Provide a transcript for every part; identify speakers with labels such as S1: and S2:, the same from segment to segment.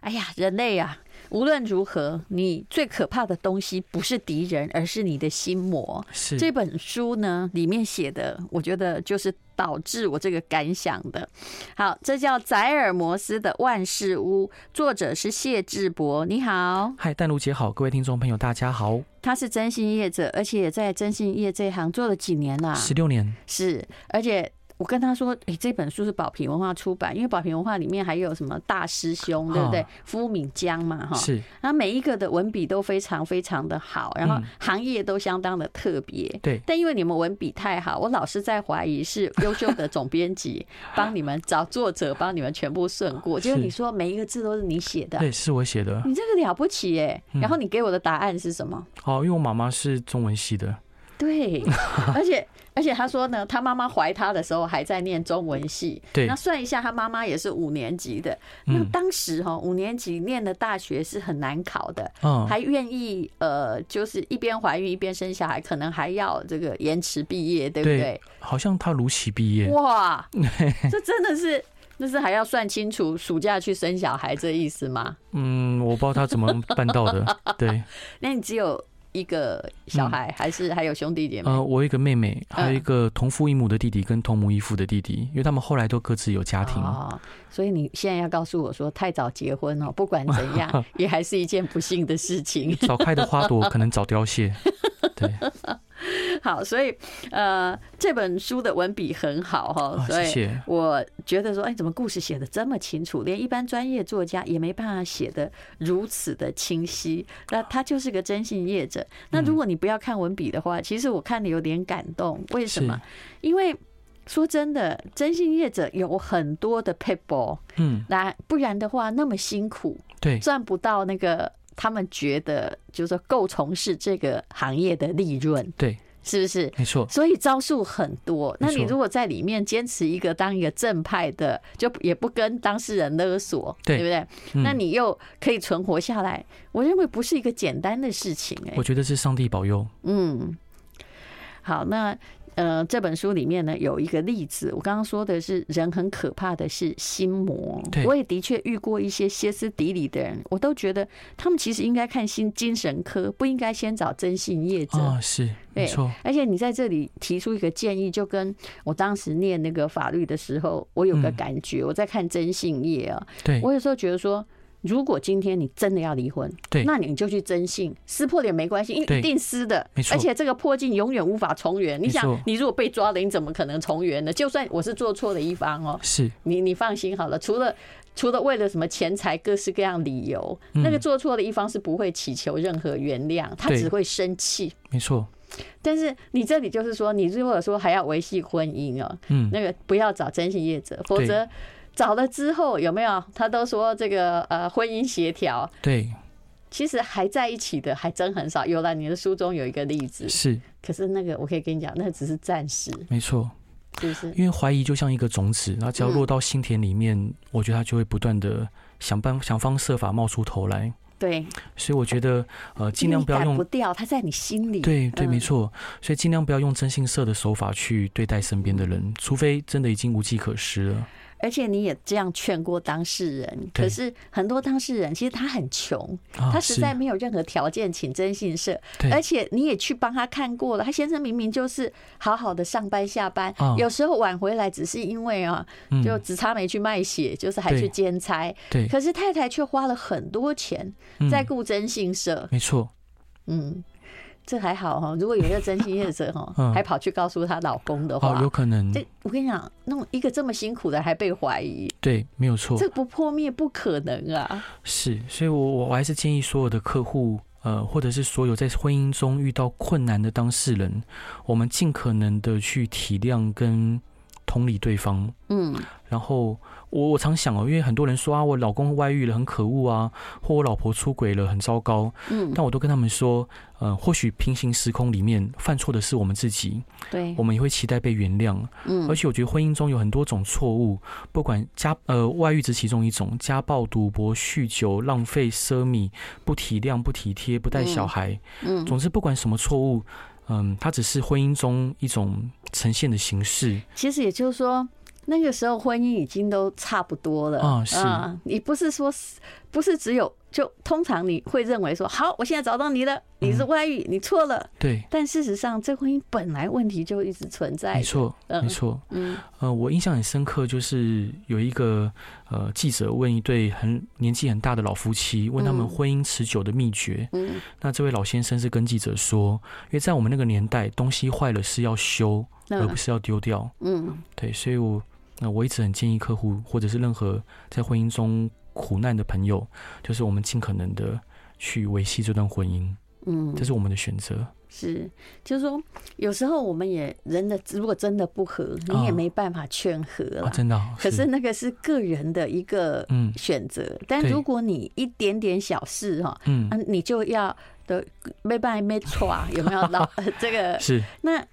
S1: 哎呀，人类呀、啊，无论如何，你最可怕的东西不是敌人，而是你的心魔。
S2: 是
S1: 这本书呢，里面写的，我觉得就是导致我这个感想的。好，这叫宰尔摩斯的《万事屋》，作者是谢志博。你好，
S2: 嗨，淡如姐好，各位听众朋友大家好，
S1: 他是征信业者，而且也在征信业这一行做了几年啦、
S2: 十六年
S1: 是，而且我跟他说，诶，这本书是宝瓶文化出版，因为宝瓶文化里面还有什么大师兄，对不对
S2: 啊？
S1: 夫敏江嘛，哈，
S2: 是
S1: 然后每一个的文笔都非常非常的好，然后
S2: 嗯
S1: 行业都相当的特别。
S2: 对
S1: 但因为你们文笔太好，我老是在怀疑是优秀的总编辑 帮你们找作者，帮你们全部顺过。结果
S2: 是
S1: 你说每一个字都是你写的，
S2: 对，是我写的
S1: 你这个了不起耶！
S2: 嗯
S1: 然后你给我的答案是什么？
S2: 哦，因为我妈妈是中文系的，
S1: 对， 而且而且他说呢，他妈妈怀他的时候还在念中文系，
S2: 对
S1: 那，算一下，他妈妈也是五年级的。那
S2: 嗯
S1: 当时哈、五年级念的大学是很难考的，
S2: 嗯，
S1: 还愿意呃，就是一边怀孕一边生小孩，可能还要这个延迟毕业，对不对
S2: 对？好像她如期毕业，
S1: 哇，这真的是，那是还要算清楚暑假去生小孩这意思吗？
S2: 嗯，我不知道她怎么办到的， 对，
S1: 那你只有一个小孩，还是还有兄弟姐妹？嗯
S2: 呃，我有一个妹妹，还有一个同父异母的弟弟跟同母异父的弟弟，因为他们后来都各自有家庭，
S1: 哦，所以你现在要告诉我说，太早结婚哦，不管怎 样，也还是一件不幸的事情。
S2: 早开的花朵可能早 凋谢，对，
S1: 好，所以呃，这本书的文笔很好哈，
S2: 啊，
S1: 哦所
S2: 谢
S1: 以
S2: 谢，
S1: 我觉得说，哎，怎么故事写的这么清楚，连一般专业作家也没办法写的如此的清晰。那他就是个征信业者。那如果你不要看文笔的话，其实我看的有点感动。为什么？因为说真的，征信业者有很多的 people，
S2: 嗯，
S1: 那不然的话那么辛苦，
S2: 对，
S1: 赚不到那个他们觉得就是说够从事这个行业的利润，
S2: 对，
S1: 是不是？
S2: 没错，
S1: 所以招数很多。那
S2: 没错
S1: 你如果在里面坚持一个当一个正派的，就也不跟当事人勒索，
S2: 对
S1: 不对？
S2: 嗯
S1: 那你又可以存活下来，我认为不是一个简单的事情、欸。
S2: 我觉得是上帝保佑，
S1: 嗯，好，那呃，这本书里面呢有一个例子，我刚刚说的是人很可怕的是心魔
S2: 对，
S1: 我也的确遇过一些歇斯底里的人，我都觉得他们其实应该看心精神科，不应该先找征信业者。
S2: 啊，是，
S1: 对
S2: 没错，
S1: 而且你在这里提出一个建议，就跟我当时念那个法律的时候，我有个
S2: 嗯
S1: 感觉，我在看征信业啊，
S2: 对，
S1: 我有时候觉得说，如果今天你真的要离婚，
S2: 对
S1: 那你就去征信，撕破脸没关系，因为
S2: 对
S1: 一定撕的，
S2: 没错
S1: 而且这个破镜永远无法重圆。你想
S2: 错，
S1: 你如果被抓了，你怎么可能重圆呢？就算我是做错的一方哦，
S2: 是，
S1: 你你放心好了，除了。除了为了什么钱财各式各样理由，
S2: 嗯
S1: 那个做错的一方是不会祈求任何原谅，他
S2: 对
S1: 只会生气。
S2: 没错，
S1: 但是你这里就是说，你如果说还要维系婚姻哦、
S2: 嗯，
S1: 那个不要找征信业者，否则找了之后有没有？他都说这个呃婚姻协调，
S2: 对，
S1: 其实还在一起的还真很少。有了你的书中有一个例子，
S2: 是，
S1: 可是那个我可以跟你讲，那只是暂时，
S2: 没错，
S1: 是不是？
S2: 因为怀疑就像一个种子，然后只要
S1: 嗯
S2: 落到心田里面，我觉得它就会不断的想办想方设法冒出头来。
S1: 对，
S2: 所以我觉得，呃，尽量
S1: 因为你
S2: 不要
S1: 改不
S2: 用，
S1: 掉，它在你心里。
S2: 对对，
S1: 嗯
S2: 没错，所以尽量不要用征信社的手法去对待身边的人，除非真的已经无计可施了。
S1: 而且你也这样劝过当事人，
S2: 对
S1: 可是很多当事人其实他很穷，
S2: 啊，
S1: 他实
S2: 是
S1: 在没哎有任何条件请征信社，
S2: 对
S1: 而且你也去帮他看过了，他先生明明就是好好的上班下班，
S2: 啊
S1: 有时候晚回来只是因为啊，
S2: 嗯
S1: 就只差没去卖血，就是还
S2: 对
S1: 去兼差，
S2: 对，
S1: 可是太太却花了很多钱
S2: 嗯
S1: 在雇征信社，
S2: 没错，
S1: 嗯。这还好哈，如果有一个征信业者哈，
S2: 嗯
S1: 还跑去告诉她老公的
S2: 哦，
S1: 话
S2: 有，可能，
S1: 这我跟你讲，弄一个这么辛苦的还被怀疑，
S2: 对，没有错，
S1: 这不破灭不可能啊！
S2: 是，所以我我我还是建议所有的客户，呃，或者是所有在婚姻中遇到困难的当事人，我们尽可能的去体谅跟同理对方。
S1: 嗯，
S2: 然后我我常想哦，因为很多人说啊，我老公外遇了很可恶啊，或我老婆出轨了很糟糕，
S1: 嗯，
S2: 但我都跟他们说，呃，或许平行时空里面犯错的是我们自己，
S1: 对
S2: 我，们也会期待被原谅。
S1: 嗯
S2: 而且我觉得婚姻中有很多种错误，不管家呃外遇只其中一种，家暴、赌博、酗酒、浪费、奢靡、不体谅、不体贴、不带小孩，
S1: 嗯，
S2: 总之不管什么错误，嗯，它只是婚姻中一种呈现的形式。
S1: 其实也就是说，那个时候婚姻已经都差不多了
S2: 啊是
S1: 你不是说不是只有就通常你会认为说，好，我现在找到你了，你是外遇，你错了。
S2: 对，
S1: 但事实上，这婚姻本来问题就一直存在
S2: 没。错，
S1: 嗯
S2: 没错。
S1: 嗯
S2: 呃，我印象很深刻，就是有一个呃记者问一对很年纪很大的老夫妻，问他们
S1: 嗯
S2: 婚姻持久的秘诀。
S1: 嗯
S2: 那这位老先生是跟记者说，因为在我们那个年代，东西坏了是要修，而不
S1: 嗯
S2: 是要丢掉。
S1: 嗯
S2: 对，所以我那我一直很建议客户或者是任何在婚姻中苦难的朋友，就是我们尽可能的去维系这段婚姻，
S1: 嗯
S2: 这，是我们的选择。
S1: 是，就是说，有时候我们也人的，如果真的不和，你也
S2: 啊
S1: 没办法劝和
S2: 啊，
S1: 了。
S2: 真的哦、
S1: 可是那个是个人的一个
S2: 嗯
S1: 选择，但
S2: 对
S1: 如果你一点点小事哈，
S2: 嗯
S1: 啊，你就要的没办没错啊，有没有 老这个？
S2: 是
S1: 那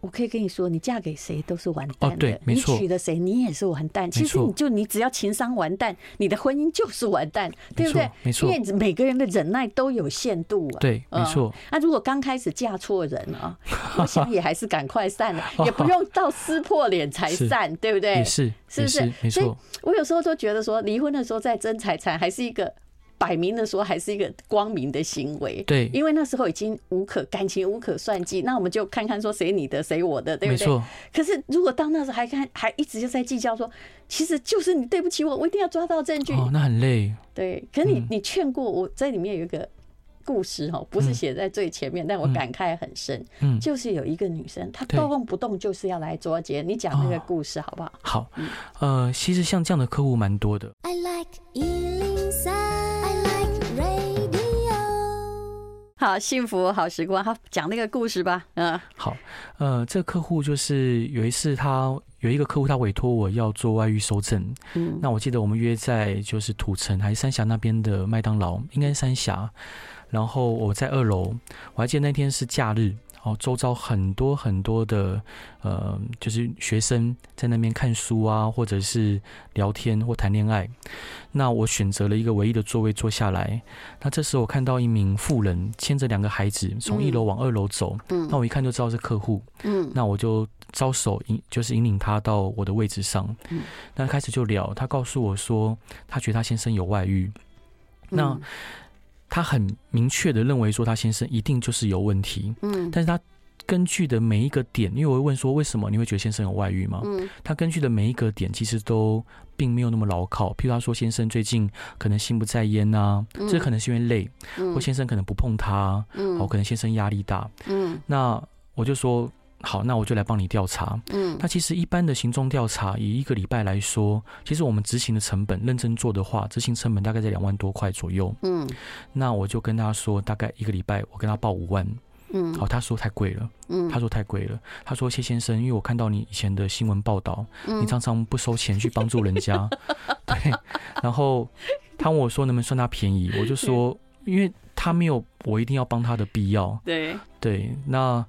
S1: 我可以跟你说，你嫁给谁都是完蛋的，
S2: 哦对没错
S1: 你娶了谁，你也是完蛋。其实
S2: 错
S1: 你就你只要情商完蛋，你的婚姻就是完蛋，呃对不
S2: 没错
S1: 对？
S2: 没
S1: 因
S2: 错
S1: 为每个人的忍耐都有限度啊。
S2: 对没
S1: 嗯
S2: 错
S1: 那、如果刚开始嫁错人 啊，我想也还是赶快散 了，也不用到撕破脸才
S2: 是
S1: 散，对不对
S2: 也？是
S1: 是
S2: 也
S1: 不是
S2: 是没
S1: 所以
S2: 错
S1: 我有时候都觉得说，离婚的时候再争财产，还是一个摆明的说，还是一个光明的行为。
S2: 对
S1: 因为那时候已经无可感情无可算计，那我们就看看说谁你的谁我的，对
S2: 没
S1: 不对？
S2: 错
S1: 可是如果到那时候还看还一直就在计较说，其实就是你对不起我，我一定要抓到证据。
S2: 哦，那很累
S1: 对，可你
S2: 嗯
S1: 你劝过我，在里面有一个故事哈，不是写在最前面，但我感慨很深。
S2: 嗯
S1: 就是有一个女生，她
S2: 对
S1: 动不动就是要来捉奸，你讲那个
S2: 哦
S1: 故事好不好？
S2: 好呃，其实像这样的客户蛮多的。
S3: I like Ealing Sound. I like radio.
S1: 好，幸福好时光，好讲那个故事吧。嗯
S2: 好，呃，这客户就是有一次他有一个客户，他委托我要做外遇收证，
S1: 嗯
S2: 那我记得我们约在就是土城还是三峡那边的麦当劳，应该是三峡。然后我在二楼，我还记得那天是假日，哦，周遭很多很多的呃，就是学生在那边看书啊，或者是聊天或谈恋爱。那我选择了一个唯一的座位坐下来。那这时候我看到一名妇人牵着两个孩子从一楼往二楼走，
S1: 嗯
S2: 那我一看就知道是客户。
S1: 嗯
S2: 那我就招手引，就是引领他到我的位置上。
S1: 嗯
S2: 那开始就聊，他告诉我说，他觉得他先生有外遇，
S1: 嗯
S2: 那他很明确的认为说他先生一定就是有问题，
S1: 嗯
S2: 但是他。根据的每一个点，因为我会问说为什么你会觉得先生有外遇嘛？
S1: 嗯
S2: 他根据的每一个点其实都并没有那么牢靠。譬如他说先生最近可能心不在焉呐、
S1: 嗯
S2: 这可能是因为累，
S1: 嗯
S2: 或先生可能不碰他啊，
S1: 嗯
S2: 哦，可能先生压力大。
S1: 嗯
S2: 那我就说好，那我就来帮你调查。
S1: 嗯
S2: 那其实一般的行踪调查，以一个礼拜来说，其实我们执行的成本，认真做的话，执行成本大概在两万多块左右。
S1: 嗯
S2: 那我就跟他说，大概一个礼拜，我跟他报五万。
S1: 嗯
S2: 好，他说太贵了，
S1: 嗯
S2: 他说太贵了。他说谢先生，因为我看到你以前的新闻报道，
S1: 嗯
S2: 你常常不收钱去帮助人 家，对。然后他问我说能不能算他便宜，我就说，
S1: 嗯
S2: 因为他没有我一定要帮他的必要，
S1: 对，
S2: 对。那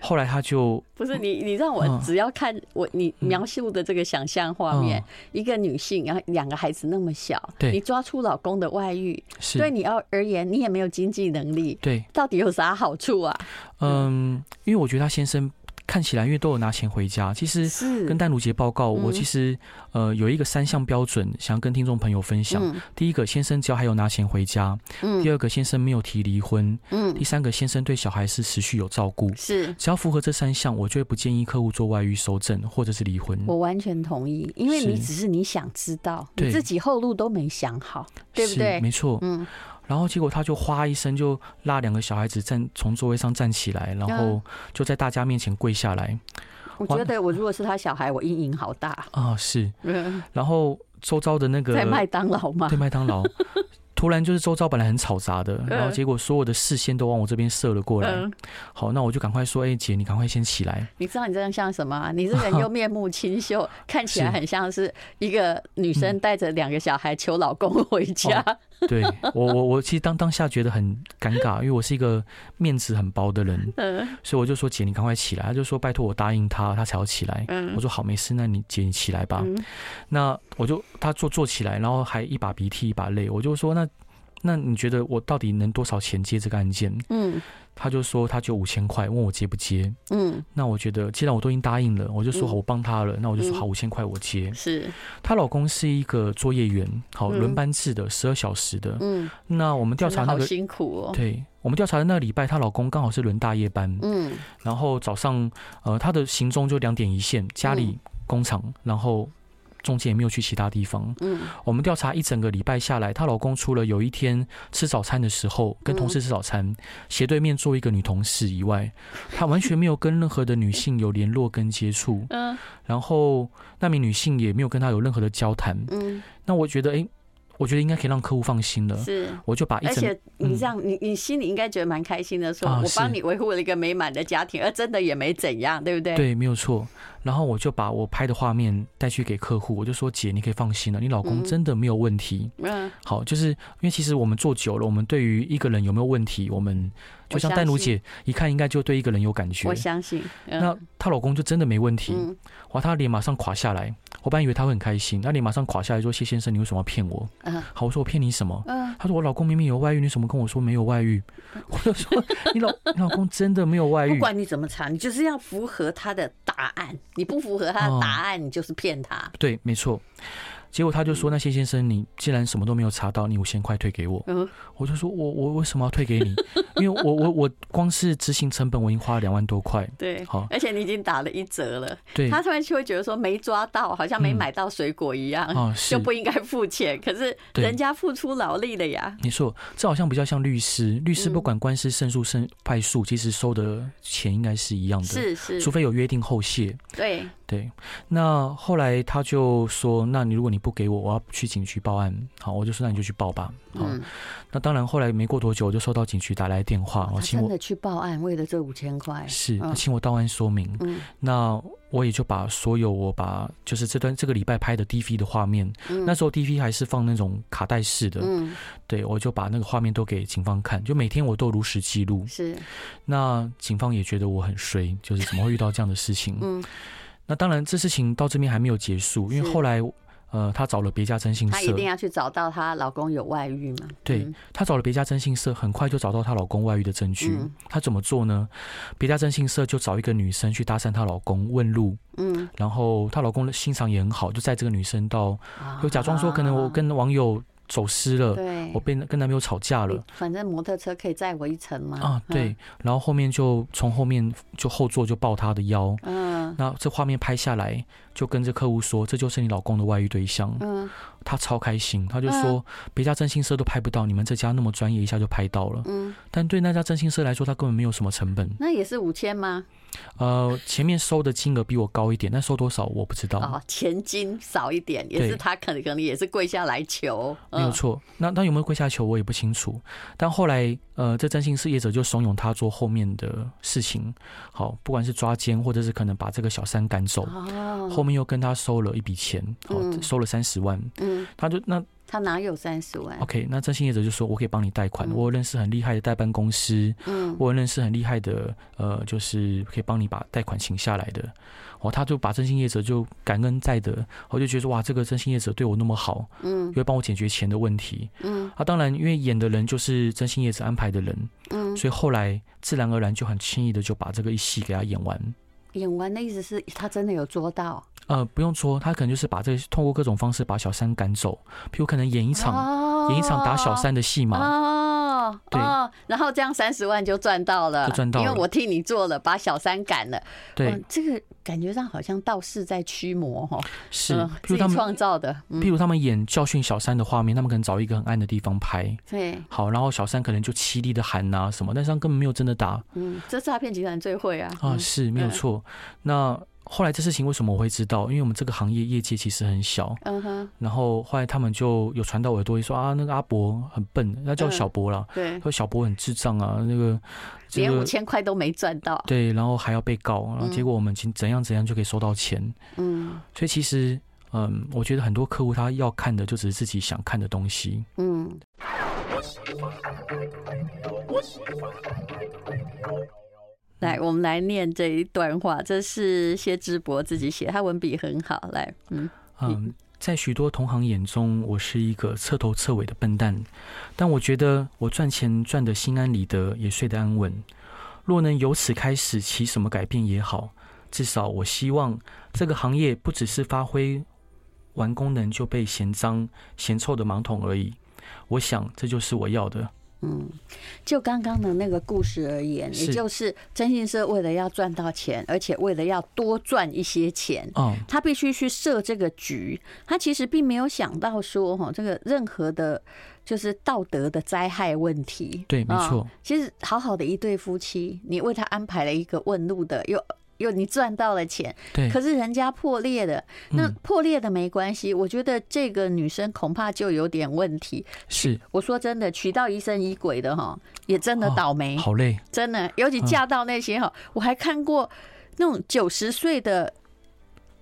S2: 后来他就
S1: 不是你，你让我
S2: 嗯
S1: 只要看我你描述的这个想象画面，一个女性，然后两个孩子那么小，
S2: 对
S1: 你抓出老公的外遇，
S2: 是
S1: 对你要而言，你也没有经济能力，
S2: 对
S1: 到底有啥好处啊？
S2: 嗯，因为我觉得他先生看起来，因为都有拿钱回家，其实。
S1: 是
S2: 跟丹如姐报告，我
S1: 嗯
S2: 其实呃有一个三项标准，想要跟听众朋友分享。
S1: 嗯
S2: 第一个，先生只要还有拿钱回家；第
S1: 嗯
S2: 二个，先生没有提离婚；第
S1: 嗯
S2: 三个，先生对小孩是持续有照顾。
S1: 是。
S2: 只要符合这三项，我就会不建议客户做外遇、收证或者是离婚。
S1: 我完全同意，因为
S2: 是
S1: 你只是你想知道，你
S2: 对
S1: 自己后路都没想好，对不
S2: 是
S1: 对？
S2: 没错。
S1: 嗯
S2: 然后结果他就哗一声就拉两个小孩子站从座位上站起来，然
S1: 嗯
S2: 后就在大家面前跪下来。
S1: 我觉得我如果是他小孩，我阴影好 大。
S2: 啊、是。然后周遭的那个
S1: 在麦当劳吗
S2: 对？麦当 劳，突然就是周遭本来很嘈杂的，然后结果所有的视线都往我这边射了过来。
S1: 嗯，
S2: 好，那我就赶快说，哎、姐，你赶快先 起来。
S1: 你知道你这样像什么啊？你这个人又面目清 秀，看起来
S2: 是
S1: 很像是一个女生带着两个小孩求老公回家。
S2: 对我，我，我其实当当下觉得很尴尬，因为我是一个面子很薄的人，
S1: 嗯
S2: 所以我就说，姐，你赶快起来。他就说，拜托我答应他，他才要起来。我
S1: 嗯
S2: 说好，没事，那你姐你起来吧。
S1: 嗯
S2: 那我就他坐坐起来，然后还一把鼻涕一把泪，我就说那那你觉得我到底能多少钱接这个案件？
S1: 嗯
S2: 他就说他就五千块，问我接不接。
S1: 嗯，
S2: 那我觉得既然我都已经答应了，我就说
S1: 嗯
S2: 好，我帮他了，那我就说
S1: 嗯
S2: 好，五千块我接。
S1: 是，
S2: 她老公是一个作业员，好
S1: 嗯
S2: 轮班制的，十二小时的。
S1: 嗯，
S2: 那我们调
S1: 真的
S2: 查那
S1: 好
S2: 个，
S1: 辛苦哦，
S2: 对我们调查的那个礼拜，她老公刚好是轮大夜班，
S1: 嗯
S2: 然后早上呃她的行踪就两点一线，家
S1: 嗯
S2: 里、工厂，然后中间也没有去其他地方。
S1: 嗯
S2: 我们调查一整个礼拜下来，她老公除了有一天吃早餐的时候跟
S1: 嗯
S2: 同事吃早餐，斜对面坐一个女同事以外，她完全没有跟任何的女性有联络跟接触，
S1: 嗯
S2: 然后那名女性也没有跟她有任何的交谈。
S1: 嗯，
S2: 那我觉得，诶，我觉得应该可以让客户放心了。
S1: 是。
S2: 我就把一
S1: 而
S2: 整
S1: 且你
S2: 嗯
S1: 这样，你你心里应该觉得蛮开心的，说
S2: 啊
S1: 我帮
S2: 是
S1: 你维护了一个美满的家庭，而真的也没怎样，对不对？，
S2: 对，没有错。然后我就把我拍的画面带去给客户，我就说：“姐，你可以放心了，你老公
S1: 嗯
S2: 真的没有问题。
S1: 嗯，
S2: 好，就是因为其实我们做久了，我们对于一个人有没有问题，我们就
S1: 我
S2: 像
S1: 相
S2: 丹如
S1: 信
S2: 姐一看，应该就对一个人有感觉
S1: 我。相信。嗯
S2: 那她老公就真的没问题，
S1: 嗯
S2: 哇，她脸马上垮下来。我本来以为她会很开心，她脸马上垮下来说：“谢先生，你为什么要骗我？”
S1: 嗯
S2: 好，我说我骗你什么？
S1: 嗯
S2: 她说我老公明明有外遇，你怎么跟我说没有外遇？我就说你老你老公真的没有外
S1: 不
S2: 遇，
S1: 管你怎么查，你就是要符合他的答案。你不符合他的答
S2: 哦
S1: 案，你就是骗他。
S2: 对，没错。结果他就说：“那谢先生，你既然什么都没有查到，你五千块退给我。
S1: 嗯，”
S2: 我就说：“我我为什么要退给你？ 因为我我我光是执行成本我已经花了两万多块。
S1: 对。
S2: 好
S1: 而且你已经打了一折了，
S2: 对，嗯
S1: 他突然就会觉得说没抓到，好像没买到水果一样，
S2: 哦是
S1: 嗯就不应该付钱。可是
S2: 对嗯
S1: 人家付出劳力的呀，
S2: 你说这好像比较像律师，律
S1: 嗯
S2: 师不管官司胜诉胜败诉，其实收的钱应该是一样的，
S1: 是是
S2: 除，非有约定后谢。
S1: 对，
S2: 对，那后来他就说：“那你如果你不给我，我要去警局报案。”好，我就说：“那你就去报吧。”好，
S1: 嗯，
S2: 那当然后来没过多久，我就收到警局打来电话，
S1: 他
S2: 我请
S1: 啊真
S2: 我
S1: 的去报案，为了这五千块，
S2: 是
S1: 嗯
S2: 请我到案说明。
S1: 嗯
S2: 那我也就把所有我把就是这段这个礼拜拍的 DV 的画面，
S1: 嗯
S2: 那时候 DV 还是放那种卡带式的，
S1: 嗯，
S2: 对我就把那个画面都给警方看，就每天我都如实记录。
S1: 是，
S2: 那警方也觉得我很衰，就是怎么会遇到这样的事情？
S1: 嗯，
S2: 那当然，这事情到这边还没有结束，因为
S1: 是
S2: 后来。呃，她找了别家征信
S1: 她一
S2: 社
S1: 定，要去找到她老公有外遇嘛？
S2: 对
S1: 嗯
S2: 她找了别家征信社，很快就找到她老公外遇的证据
S1: 嗯。
S2: 她、怎么做呢？别家征信社就找一个女生去搭讪她老公，问路，
S1: 嗯，
S2: 然后她老公的心肠也很好，就载这个女生到，就假装说可能我跟网友走失
S1: 啊
S2: 了，
S1: 嗯对
S2: 我被跟男朋友吵架
S1: 你
S2: 了
S1: 反正摩托车可以载我一程嘛。
S2: 啊，对，然后后面就从后面就后座就抱她的腰，
S1: 嗯，
S2: 那这画面拍下来，就跟这客户说这就是你老公的外遇对象，
S1: 嗯
S2: 她超开心，她就说别家征信社都拍不到，你们这家那么专业，一下就拍到了
S1: 嗯，嗯，
S2: 但对那家征信社来说，它根本没有什么成本，
S1: 那也是五千吗？
S2: 呃，前面收的金额比我高一点，但收多少我不知道。
S1: 哦，钱金少一点，也
S2: 对
S1: 是他可能可能也是跪下来求。
S2: 没有
S1: 嗯，
S2: 错。那那有没有跪下求我也不清楚。但后来，呃，这征信事业者就怂恿他做后面的事情，好，不管是抓奸，或者是可能把这个小三赶走。
S1: 哦，
S2: 后面又跟他收了一笔钱，好，
S1: 嗯
S2: 收了三十万，
S1: 嗯，
S2: 他就那
S1: 他哪有三十万？
S2: OK，那征信业者就说，我可以帮你贷款，
S1: 嗯
S2: 我有认识很厉害的代办公司，
S1: 嗯，
S2: 我有认识很厉害的，呃，就是可以帮你把贷款请下来的。哦，他就把征信业者就感恩在的，我就觉得说哇，这个征信业者对我那么好，
S1: 嗯
S2: 又会帮我解决钱的问题，
S1: 嗯
S2: 啊，当然，因为演的人就是真心叶子安排的人，
S1: 嗯，
S2: 所以后来自然而然就很轻易的就把这个一戏给他演完。
S1: 演完的意思是他真的有做到
S2: 呃，不用说，他可能就是把这个通过各种方式把小三赶走，譬如可能演一场、
S1: 哦
S2: 演一场打小三的戏嘛，
S1: 哦，
S2: 对
S1: 哦，然后这样三十万就赚到了，
S2: 就赚到了
S1: 因为我替你做了，把小三赶了。哇
S2: 对，
S1: 这个感觉上好像道士在驱魔哈，
S2: 是，
S1: 嗯
S2: 譬
S1: 自己
S2: 如他们
S1: 创造的，
S2: 譬
S1: 嗯，
S2: 如他们演教训小三的画面，他们可能找一个很暗的地方拍。
S1: 对，
S2: 好，然后小三可能就凄厉的喊呐、什么，但是他根本没有真的打啊、
S1: 嗯，这诈骗集团最会啊，嗯
S2: 是没有
S1: 嗯
S2: 错。那后来这事情为什么我会知道？因为我们这个行业业界其实很小，
S1: 嗯哼，
S2: 然后后来他们就有传到我的多里说啊，那个阿伯很笨，他叫
S1: 嗯
S2: 小伯啦，
S1: 对，
S2: 说小伯很智障啊，那个这
S1: 连五
S2: 个
S1: 千块都没赚到，
S2: 对，然后还要被告，然后
S1: 嗯
S2: 结果我们怎怎样怎样就可以收到钱，
S1: 嗯
S2: 所以其实嗯，我觉得很多客户他要看的就只是自己想看的东西，
S1: 嗯，来，我们来念这一段话，这是谢志博自己写，他文笔很好，来，嗯
S2: 嗯。在许多同行眼中，我是一个彻头彻尾的笨蛋，但我觉得我赚钱赚得心安理得，也睡得安稳。若能由此开始起什么改变也好，至少我希望这个行业不只是发挥完功能就被嫌脏、嫌臭的盲桶而已。我想这就是我要的。
S1: 嗯，就刚刚的那个故事而言，也
S2: 是
S1: 就是征信社为了要赚到钱，而且为了要多赚一些钱，
S2: 哦，
S1: 他必须去设这个局。他其实并没有想到说，哈，这个任何的，就是道德的灾害问题。
S2: 对，没
S1: 啊
S2: 错，
S1: 其实好好的一对夫妻，你为他安排了一个问路的，又又你赚到了钱，
S2: 对，
S1: 可是人家破裂的，那
S2: 嗯
S1: 破裂的没关系。我觉得这个女生恐怕就有点问题。
S2: 是
S1: 我说真的，娶到疑神疑鬼的哈，也真的
S2: 哦
S1: 倒霉，
S2: 好累，
S1: 真的。尤
S2: 嗯
S1: 其嫁到那些哈，我还看过那种九十岁的，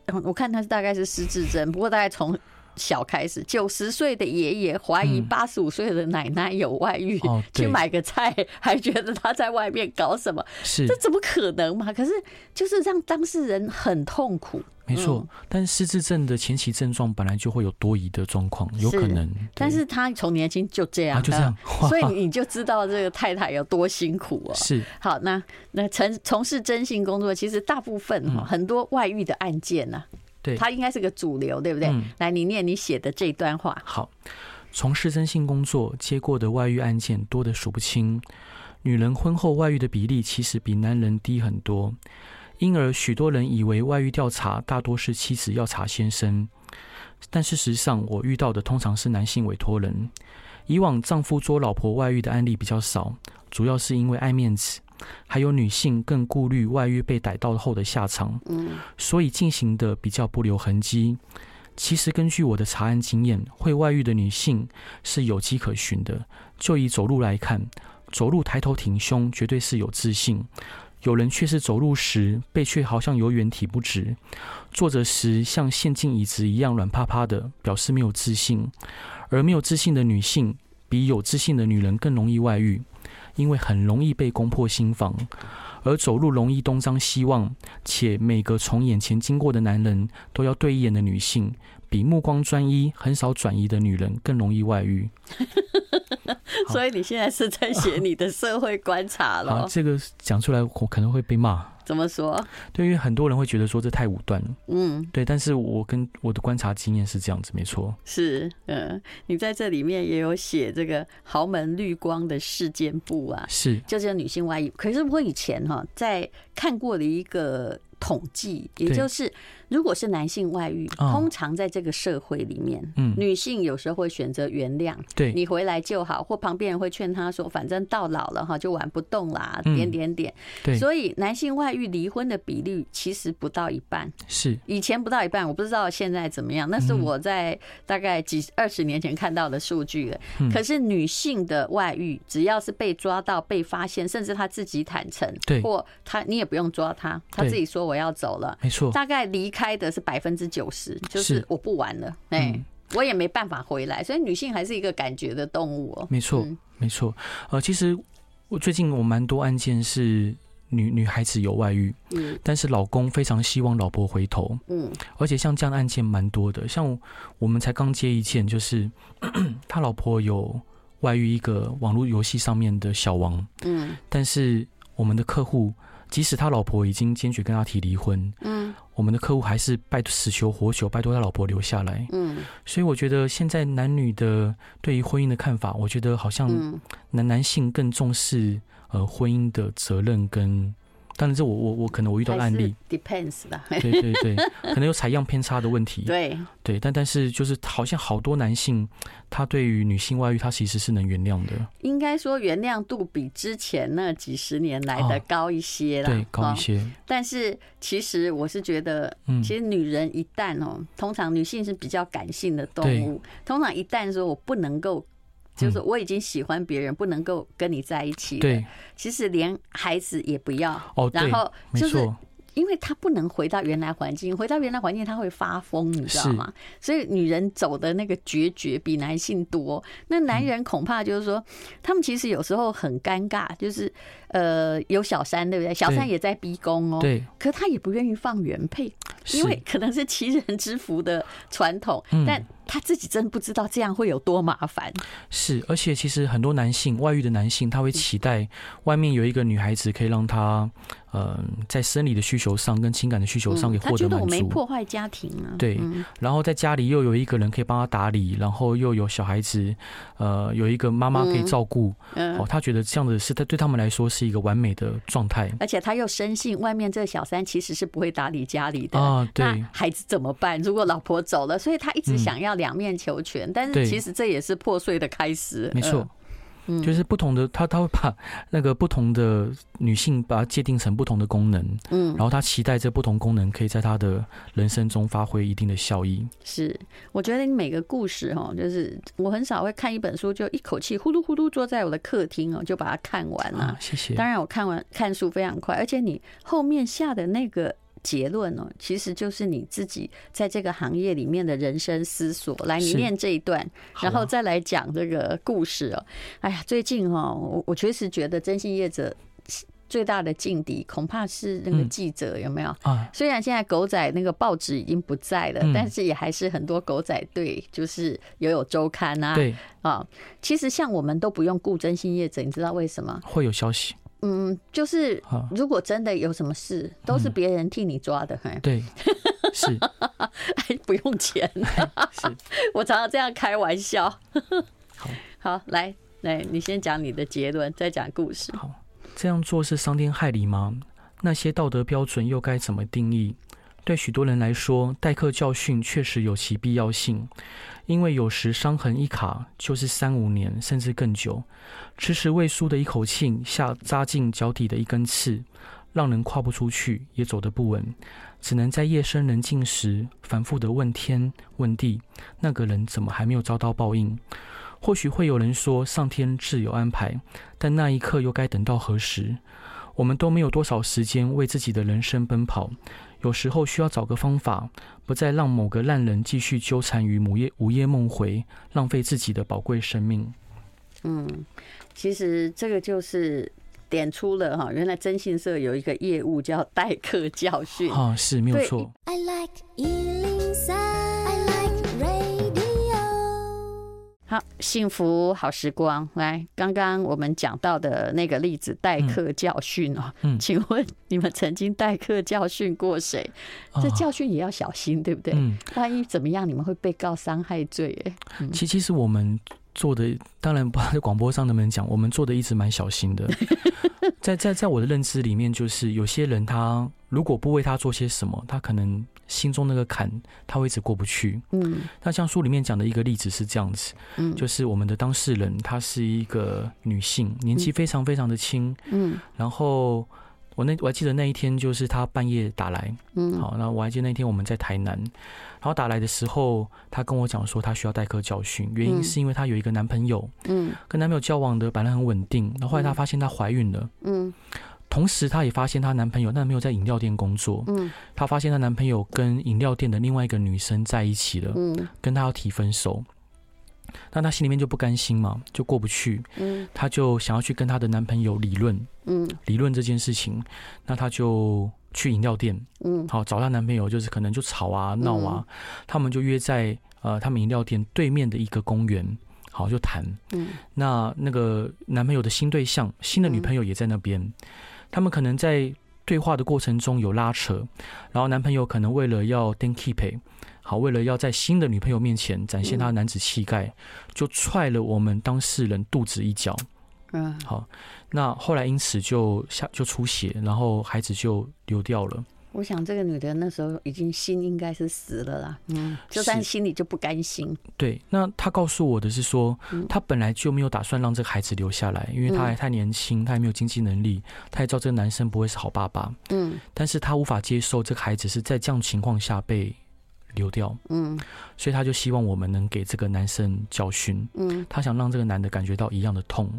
S1: 嗯我看他大概是失智症，不过大概从。小开始，九十岁的爷爷怀疑
S2: 嗯
S1: 八十五岁的奶奶有外遇，
S2: 哦
S1: 去
S2: 对
S1: 买个菜，还觉得他在外面搞什么，
S2: 是
S1: 这怎么可能嘛？可是就是让当事人很痛苦。
S2: 没错。
S1: 嗯
S2: 但失智症的前期症状本来就会有多疑的状况，有可
S1: 是
S2: 能。
S1: 但
S2: 对
S1: 是他从年轻就这样，
S2: 啊，就这样，哇
S1: 所以你就知道这个太太有多辛苦哦。
S2: 是
S1: 好，那那从从事征信工作，其实大部分哈、
S2: 嗯
S1: 很多外遇的案件呢、
S2: 对
S1: 它应该是个主流，对不对？
S2: 嗯
S1: 来，你念你写的这段话，
S2: 好，从事征信工作接过的外遇案件多得数不清，女人婚后外遇的比例其实比男人低很多，因而许多人以为外遇调查大多是妻子要查先生，但事实上我遇到的通常是男性委托人。以往丈夫捉老婆外遇的案例比较少，主要是因为爱面子，还有女性更顾虑外遇被逮到后的下场。
S1: 嗯，
S2: 所以进行的比较不留痕迹。其实根据我的查案经验，会外遇的女性是有迹可循的。就以走路来看，走路抬头挺胸绝对是有自信，有人却是走路时背却好像永远挺不直，坐着时像陷进椅子一样软趴趴的，表示没有自信。而没有自信的女性比有自信的女人更容易外遇，因为很容易被攻破心房，而走路容易东张西望，且每个从眼前经过的男人都要对一眼的女性，比目光专一、很少转移的女人更容易外遇。好
S1: 所以你现在是在写你的社会观察
S2: 啊，
S1: 了，
S2: 这个讲出来我可能会被骂，
S1: 怎么说？
S2: 对于很多人会觉得说这太武断了。
S1: 嗯，
S2: 对，但是我跟我的观察经验是这样子，没错。
S1: 是，嗯，你在这里面也有写这个豪门绿光的事件簿啊，
S2: 是
S1: 就是有女性外遇。可是我以前哈在看过的一个统计，也
S2: 对
S1: 就是如果是男性外遇，
S2: 哦
S1: 通常在这个社会里面，
S2: 嗯
S1: 女性有时候会选择原谅，
S2: 对，
S1: 你回来就好，或旁边人会劝她说，反正到老了哈就玩不动啦，
S2: 嗯
S1: 点点点。
S2: 对，
S1: 所以男性外遇离婚的比率其实不到一半。
S2: 是
S1: 以前不到一半，我不知道现在怎么样。那
S2: 嗯
S1: 是我在大概几二十年前看到的数据了。
S2: 嗯
S1: 可是女性的外遇，只要是被抓到、被发现，甚至她自己坦诚，
S2: 对
S1: 或她你也不用抓她，她
S2: 对哦
S1: 自己说我要走了，
S2: 没错。
S1: 大概离开的是百分之九十，就是
S2: 是
S1: 我不玩了，哎、
S2: 嗯
S1: 我也没办法回来。所以女性还是一个感觉的动物哦、
S2: 没错，
S1: 嗯
S2: 没错。呃，其实我最近我蛮多案件是女女孩子有外遇，
S1: 嗯
S2: 但是老公非常希望老婆回头，
S1: 嗯
S2: 而且像这样的案件蛮多的。像我们才刚接一件，就是 他老婆有外遇一个网络游戏上面的小王，
S1: 嗯
S2: 但是我们的客户即使他老婆已经坚决跟他提离婚，
S1: 嗯
S2: 我们的客户还是拜死求活求拜托他老婆留下来。
S1: 嗯
S2: 所以我觉得现在男女的对于婚姻的看法，我觉得好像
S1: 嗯，
S2: 男男性更重视呃婚姻的责任跟，当然这我我我可能我遇到的
S1: 还
S2: 案
S1: 是
S2: 例，
S1: depends 的，
S2: 对对对，可能有采样偏差的 问题，
S1: 对。
S2: 对但但是就是好像好多男性他对于女性外遇他其实是能原谅的，
S1: 应该说原谅度比之前那几十年来的
S2: 哦
S1: 高一些啦，
S2: 对高
S1: 哦
S2: 一些，
S1: 但是其实我是觉得，
S2: 嗯
S1: 其实女人一旦哦，通常女性是比较感性的动物，通常一旦说我不能够。就是我已经喜欢别人，不能够跟你在一起。，
S2: 嗯对
S1: 其实连孩子也不要，
S2: 哦
S1: 然
S2: 对，
S1: 后
S2: 没
S1: 就是
S2: 错
S1: 因为他不能回到原来环境，回到原来环境他会发疯，你知道
S2: 是
S1: 吗？所以女人走的那个决绝比男性多。那男人恐怕就是
S2: 嗯
S1: 说，他们其实有时候很尴尬，就是呃，有小三对不对？小三
S2: 对
S1: 也在逼宫哦，
S2: 对
S1: 可他也不愿意放原配，因为
S2: 是
S1: 可能是齐人之福的传统，
S2: 嗯
S1: 但他自己真不知道这样会有多麻烦。
S2: 是，而且其实很多男性外遇的男性，他
S1: 嗯
S2: 会期待外面有一个女孩子可以让他，嗯、在生理的需求上跟情感的需求上
S1: 嗯
S2: 给
S1: 他
S2: 获
S1: 觉
S2: 得
S1: 得
S2: 满
S1: 我没
S2: 足。
S1: 破坏家庭啊。
S2: 对
S1: 嗯
S2: 然后在家里又有一个人可以帮他打理，然后又有小孩子，呃，有一个妈妈可以
S1: 嗯
S2: 照顾。
S1: 嗯
S2: 哦，他觉得这样的是他对他们来说是一个完美的状态
S1: 而且他又深信外面这个小三其实是不会打理家里的。
S2: 啊。对
S1: 那，孩子怎么办？如果老婆走了，所以他一直
S2: 嗯
S1: 想要两面求全，但
S2: 对
S1: 是其实这也是破碎的开始。
S2: 没错。
S1: 嗯，嗯
S2: 就是不同的，他他会把那个不同的女性把它界定成不同的功能，
S1: 嗯
S2: 然，后他期待这不同功能可以在他的人生中发挥一定的效益。
S1: 是，我觉得你每个故事哦，就是我很少会看一本书就一口气呼噜呼噜坐在我的客厅哦，就把它看完了、
S2: 啊，谢谢。
S1: 当然，我看完看书非常快，而且你后面下的那个结论哦，其实就是你自己在这个行业里面的人生思索。来，你
S2: 是
S1: 念这一段，
S2: 好啊
S1: 然后再来讲这个故事哦。哎呀，最近哈、哦，我我确实觉得征信业者最大的劲敌恐怕是那个
S2: 嗯
S1: 记者，有没有？
S2: 啊，
S1: 虽然现在狗仔那个报纸已经不在了，
S2: 嗯
S1: 但是也还是很多狗仔队，就是也有周刊啊，
S2: 对，
S1: 啊、其实像我们都不用顾征信业者，你知道为什么？
S2: 会有消息
S1: 嗯，就是
S2: 啊，
S1: 如果真的有什么事，都是别人替你抓的， 嘿，
S2: 对，是
S1: 还不用钱。
S2: 是，
S1: 我常常这样开玩笑。
S2: 好
S1: 好，来来，你先讲你的结论，再讲故事。
S2: 好，这样做是伤天害理吗？那些道德标准又该怎么定义？对许多人来说，代课教训确实有其必要性，因为有时伤痕一卡就是三五年甚至更久，迟迟未输的一口气下扎进脚底的一根刺，让人跨不出去，也走得不稳，只能在夜深人静时反复的问天问地，那个人怎么还没有遭到报应？或许会有人说，上天自有安排，但那一刻又该等到何时？我们都没有多少时间为自己的人生奔跑，有时候需要找个方法，不再让某个烂人继续纠缠于午夜午夜梦回，浪费自己的宝贵生命。
S1: 嗯，其实这个就是点出了哈，原来征信社有一个业务叫代课教训。
S2: 啊，是没有
S1: 对
S2: 错，
S3: I like Ealing Sound. I like radio.
S1: 好，幸福好时光。来，刚刚我们讲到的那个例子，代课教训哦，
S2: 嗯
S1: 请问你们曾经代课教训过谁？这
S2: 啊
S1: 教训也要小心，对不对？
S2: 嗯，
S1: 万一怎么样，你们会被告伤害罪耶。
S2: 其其实我们做的，当然 不知道在广播上能不能讲，我们做的一直蛮小心 的。在在在我的认知里面，就是有些人他如果不为他做些什么，他可能心中那个坎他会一直过不去。
S1: 嗯
S2: 那像书里面讲的一个例子是这样子，
S1: 嗯，
S2: 就是我们的当事人她是一个女性，年纪非常非常的轻，
S1: 嗯
S2: 然后。我那我还记得那一天，就是她半夜打来，
S1: 嗯，
S2: 好，那我还记得那天我们在台南，然后打来的时候，她跟我讲说她需要代课教训，原因
S1: 嗯
S2: 是因为她有一个男朋友，
S1: 嗯
S2: 跟男朋友交往的本来很稳定，然后后来她
S1: 嗯
S2: 发现她怀孕了，
S1: 嗯
S2: 同时她也发现她男朋友，那男朋友在饮料店工作，
S1: 嗯
S2: 她发现她男朋友跟饮料店的另外一个女生在一起了，
S1: 嗯
S2: 跟她要提分手。那她心里面就不甘心嘛，就过不去，
S1: 嗯
S2: 她就想要去跟她的男朋友理论
S1: 嗯
S2: 理论这件事情。那她就去饮料店，
S1: 嗯
S2: 好找她男朋友，就是可能就吵啊闹啊，他们就约在呃他们饮料店对面的一个公园，好就谈。
S1: 嗯
S2: 那那个男朋友的新对象、新的女朋友也在那边，
S1: 嗯
S2: 他们可能在对话的过程中有拉扯，然后男朋友可能为了要 d a n k e e p 好，为了要在新的女朋友面前展
S1: 嗯
S2: 现他的男子气概，就踹了我们当事人肚子一脚。
S1: 嗯
S2: 好，那后来因此就下就出血，然后孩子就流掉了。
S1: 我想这个女的那时候已经心应该是死了啦，嗯，就算
S2: 是
S1: 心里就不甘心，
S2: 对，那他告诉我的是说
S1: 嗯，
S2: 他本来就没有打算让这个孩子留下来，因为他还
S1: 嗯
S2: 太年轻，他还没有经济能力，他也知道这个男生不会是好爸爸。
S1: 嗯
S2: 但是他无法接受这个孩子是在这样情况下被流掉，
S1: 嗯
S2: 所以他就希望我们能给这个男生教训，
S1: 嗯
S2: 他想让这个男的感觉到一样的痛。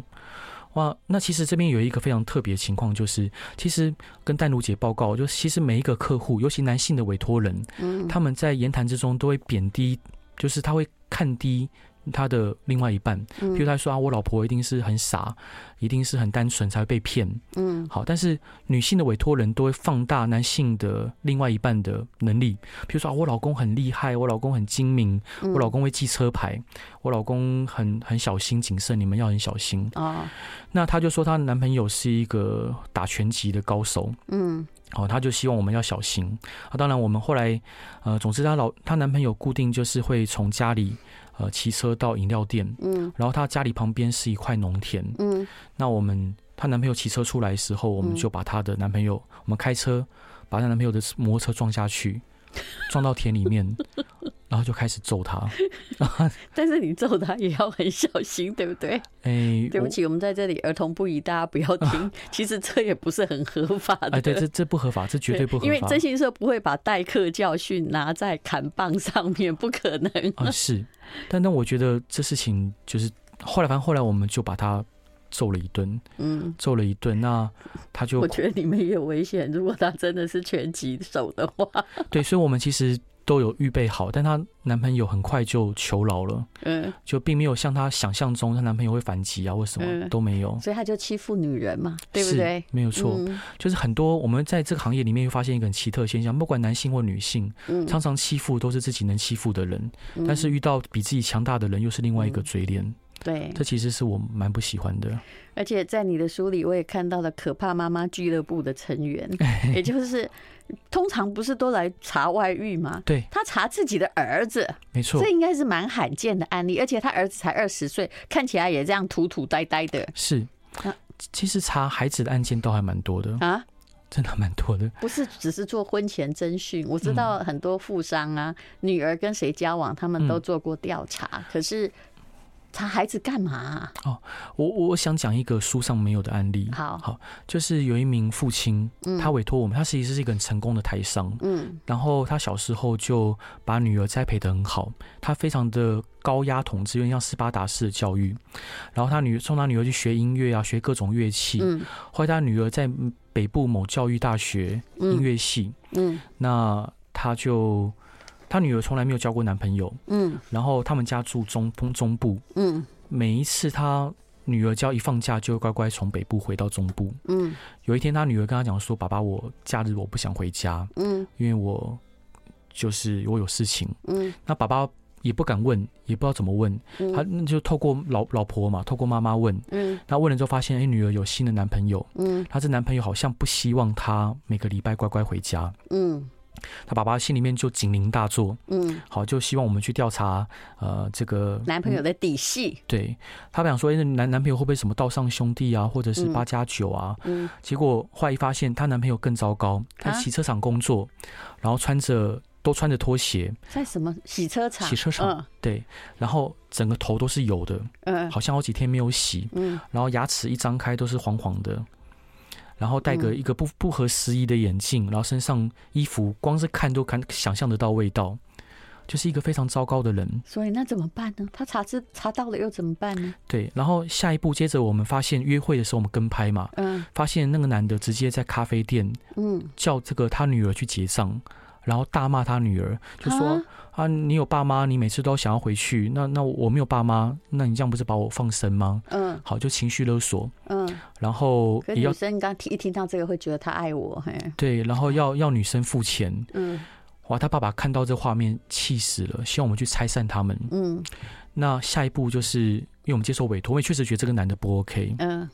S2: 哇，那其实这边有一个非常特别的情况，就是其实跟淡如姐报告，就其实每一个客户，尤其男性的委托人，
S1: 嗯，
S2: 他们在言谈之中都会贬低，就是他会看低他的另外一半，
S1: 嗯
S2: 譬如他说啊，我老婆一定是很傻，一定是很单纯才会被骗。
S1: 嗯
S2: 好，但是女性的委托人都会放大男性的另外一半的能力，譬如说啊，我老公很厉害，我老公很精明，
S1: 嗯
S2: 我老公会记车牌，我老公很很小心谨慎，你们要很小心。
S1: 哦，
S2: 那她就说她男朋友是一个打拳击的高手，
S1: 嗯
S2: 哦，她就希望我们要小心。啊，当然我们后来，呃，总之她老她男朋友固定就是会从家里呃骑车到饮料店，
S1: 嗯
S2: 然后她家里旁边是一块农田，
S1: 嗯
S2: 那我们她男朋友骑车出来的时候，我们
S1: 嗯
S2: 就把她的男朋友，我们开车把她男朋友的摩托车撞下去，撞到田里 面，然后就开始揍她。
S1: 但是你揍他也要很小心，对不对？
S2: 哎、
S1: 对不
S2: 我
S1: 起，我们在这里儿童不宜，大家不要 听。其实这也不是很合法的。
S2: 哎，对，这这不合法，这绝对不合法。
S1: 因为征信社不会把代课教训拿在砍棒上面，不可能。
S2: 啊、是，但但我觉得这事情就是后来，反正后来我们就把她揍了一顿，
S1: 嗯，
S2: 揍了一顿，那她就
S1: 我觉得你们也有危险。如果他真的是拳击手的话，
S2: 对，所以我们其实都有预备好，但她男朋友很快就求饶了，
S1: 嗯，
S2: 就并没有像她想象中她男朋友会反击啊或什么、
S1: 嗯
S2: 都没有，
S1: 所以他就欺负女人嘛， 对不
S2: 是
S1: 对？
S2: 没有错，
S1: 嗯
S2: 就是很多我们在这个行业里面会发现一个很奇特的现象，不管男性或女性，
S1: 嗯
S2: 常常欺负都是自己能欺负的人，
S1: 嗯
S2: 但是遇到比自己强大的人又是另外一个
S1: 嗯
S2: 嘴脸，
S1: 对，
S2: 这其实是我蛮不喜欢的。
S1: 而且在你的书里，我也看到了可怕妈妈俱乐部的成 员，也就是通常不是都来查外遇吗？
S2: 对，
S1: 他查自己的儿子，
S2: 没错
S1: 这，应该是蛮罕见的案例，而且他儿子才二十岁，看起来也这样土土呆呆的
S2: 是
S1: 啊。
S2: 其实查孩子的案件倒还蛮多的，
S1: 啊，
S2: 真的蛮多的。
S1: 不是只是做婚前侦讯。我知道很多富商啊，女儿跟谁交往，他们都做过调查，可是查孩子干嘛啊、
S2: 我我想讲一个书上没有的案例，
S1: 好
S2: 好，就是有一名父亲，
S1: 嗯
S2: 他委托我们，他其实是一个很成功的台商，
S1: 嗯
S2: 然后他小时候就把女儿栽培得很好，他非常的高压统治，有点像斯巴达式的教育。然后他女送他女儿去学音乐啊，学各种乐器。
S1: 嗯
S2: 后来他女儿在北部某教育大学音
S1: 嗯
S2: 乐系，
S1: 嗯
S2: 那他就他女儿从来没有交过男朋友，
S1: 嗯
S2: 然后他们家住中中中部，
S1: 嗯
S2: 每一次他女儿只要一放假，就会乖乖从北部回到中部。
S1: 嗯
S2: 有一天，他女儿跟他讲说：“爸爸，我假日我不想回家，
S1: 嗯
S2: 因为我就是我有事情。
S1: 嗯”
S2: 那爸爸也不敢问，也不知道怎么问，
S1: 嗯，
S2: 他那就透过老老婆嘛，透过妈妈问。
S1: 嗯
S2: 那问了之后发现，哎、女儿有新的男朋友，
S1: 嗯
S2: 她这男朋友好像不希望她每个礼拜乖乖回家。
S1: 嗯
S2: 他爸爸心里面就警铃大作，
S1: 嗯，
S2: 好，就希望我们去调查，呃，这个
S1: 男朋友的底细，
S2: 对他想说，诶那男男朋友会不会什么道上兄弟啊，或者是
S1: 嗯
S2: 八加九啊？
S1: 嗯
S2: 结果后来发现她男朋友更糟糕，他
S1: 啊
S2: 洗车场工作，然后穿着都穿着拖鞋，
S1: 在什么洗车场？
S2: 洗车场对，然后整个头都是油的，
S1: 嗯，嗯
S2: 好像好几天没有洗，
S1: 嗯
S2: 然后牙齿一张开都是黄黄的，然后戴个
S1: 嗯
S2: 一个不不合时宜的眼镜，然后身上衣服光是看都看想象得到味道，就是一个非常糟糕的人。
S1: 所以那怎么办呢？他查知查到了又怎么办呢？
S2: 对，然后下一步接着我们发现约会的时候我们跟拍嘛，
S1: 嗯
S2: 发现那个男的直接在咖啡店
S1: 嗯，
S2: 叫这个他女儿去结账，然后大骂他女儿，就说
S1: 啊
S2: 啊，你有爸妈，你每次都想要回去，那那我没有爸妈，那你这样不是把我放生吗？
S1: 嗯
S2: 好，就情绪勒索，
S1: 嗯，
S2: 然后
S1: 可
S2: 也
S1: 女
S2: 要
S1: 生刚听一听到这个会觉得他爱我，嘿，
S2: 对，然后要要女生付钱。
S1: 嗯
S2: 哇，他爸爸看到这画面气死了，希望我们去拆散他们。
S1: 嗯
S2: 那下一步就是因为我们接受委托，我也确实觉得这个男的不 OK。
S1: 嗯。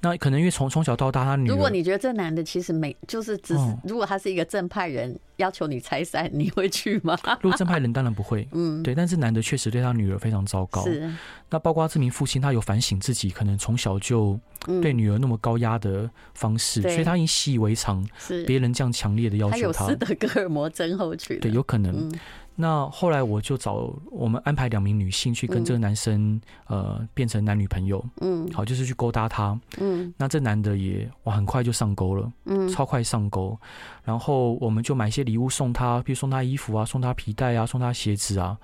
S2: 那可能因为从从小到大，他女儿
S1: 如果你觉得这男的其实没，就是只是
S2: 哦，
S1: 如果他是一个正派人，要求你拆散，你会去 吗？
S2: 如果正派人当然不会，
S1: 嗯，
S2: 对，但是男的确实对他女儿非常糟糕。
S1: 是，
S2: 那包括这名父亲，他有反省自己，可能从小就
S1: 嗯
S2: 对女儿那么高压的方式，
S1: 对
S2: 所以他已经习以为常，
S1: 是，
S2: 别人这样强烈的要
S1: 他有
S2: 求他
S1: 斯，德哥尔摩症候群，
S2: 对，有可能。
S1: 嗯
S2: 那后来我就找我们安排两名女性去跟这个男生、呃变成男女朋友，
S1: 嗯
S2: 好，就是去勾搭他。
S1: 嗯
S2: 那这男的也哇，很快就上钩了，
S1: 嗯
S2: 超快上钩。然后我们就买一些礼物送他，比如送他衣服啊，送他皮带啊，送他鞋子啊。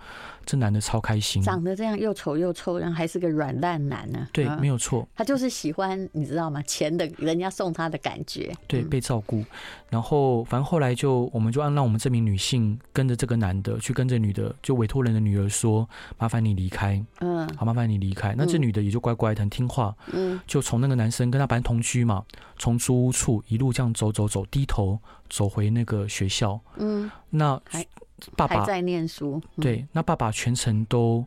S2: 这男的超开心，
S1: 长得这样又丑又臭，然后还是个软烂男呢、
S2: 对，
S1: 嗯
S2: 没有错。
S1: 他就是喜欢，你知道吗？钱的人家送他的感觉。
S2: 对，
S1: 嗯
S2: 被照顾。然后反正后来就我们就按让我们这名女性跟着这个男的去跟这女的，就委托人的女儿说，麻烦你离开，
S1: 嗯
S2: 好，麻烦你离开。那这
S1: 嗯
S2: 女的也就乖乖的很听话，
S1: 嗯
S2: 就从那个男生跟他反正同居嘛，从租屋处一路这样走走走，低头走回那个学校。
S1: 嗯，
S2: 那
S1: 还
S2: 爸
S1: 还
S2: 爸
S1: 在念书，嗯，
S2: 对，那爸爸全程都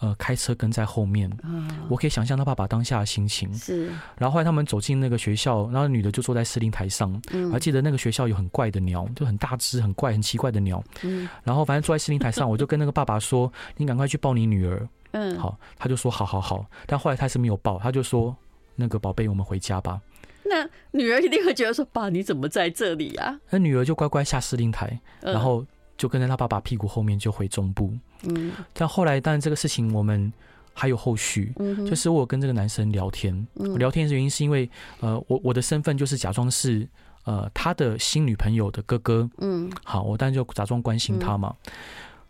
S2: 呃开车跟在后面。
S1: 啊，
S2: 我可以想象他爸爸当下的心情。
S1: 是，
S2: 然后后来他们走进那个学校，然后女的就坐在司令台上，
S1: 嗯
S2: 还记得那个学校有很怪的鸟，就很大只、很怪、很奇怪的鸟。
S1: 嗯
S2: 然后反正坐在司令台上，我就跟那个爸爸说：“你赶快去抱你女儿。”
S1: 嗯，
S2: 好，他就说：“好好好。”但后来他是没有抱，他就说：“那个宝贝，我们回家吧。
S1: 那女儿一定会觉得说：“爸，你怎么在这里啊”
S2: 那女儿就乖乖下司令台，？”
S1: 嗯
S2: 然，后就跟在他爸爸屁股后面就回中部。
S1: 嗯
S2: 但后来，当然这个事情我们还有后续，
S1: 嗯哼，
S2: 就是我有跟这个男生聊天，
S1: 嗯
S2: 我聊天的原因是因为，呃，我我的身份就是假装是呃他的新女朋友的哥哥，
S1: 嗯
S2: 好，我当然就假装关心他嘛。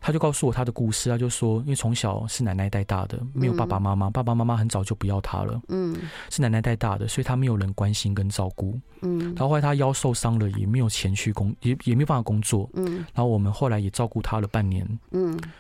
S2: 他就告诉我他的故事，他就说，因为从小是奶奶带大的，没有爸爸妈妈，爸爸妈妈很早就不要他了，
S1: 嗯
S2: 是奶奶带大的，所以他没有人关心跟照顾。
S1: 嗯，
S2: 然后后来他腰受伤了，也没有钱去工，也也没有办法工作。
S1: 嗯
S2: 然后我们后来也照顾他了半年，
S1: 嗯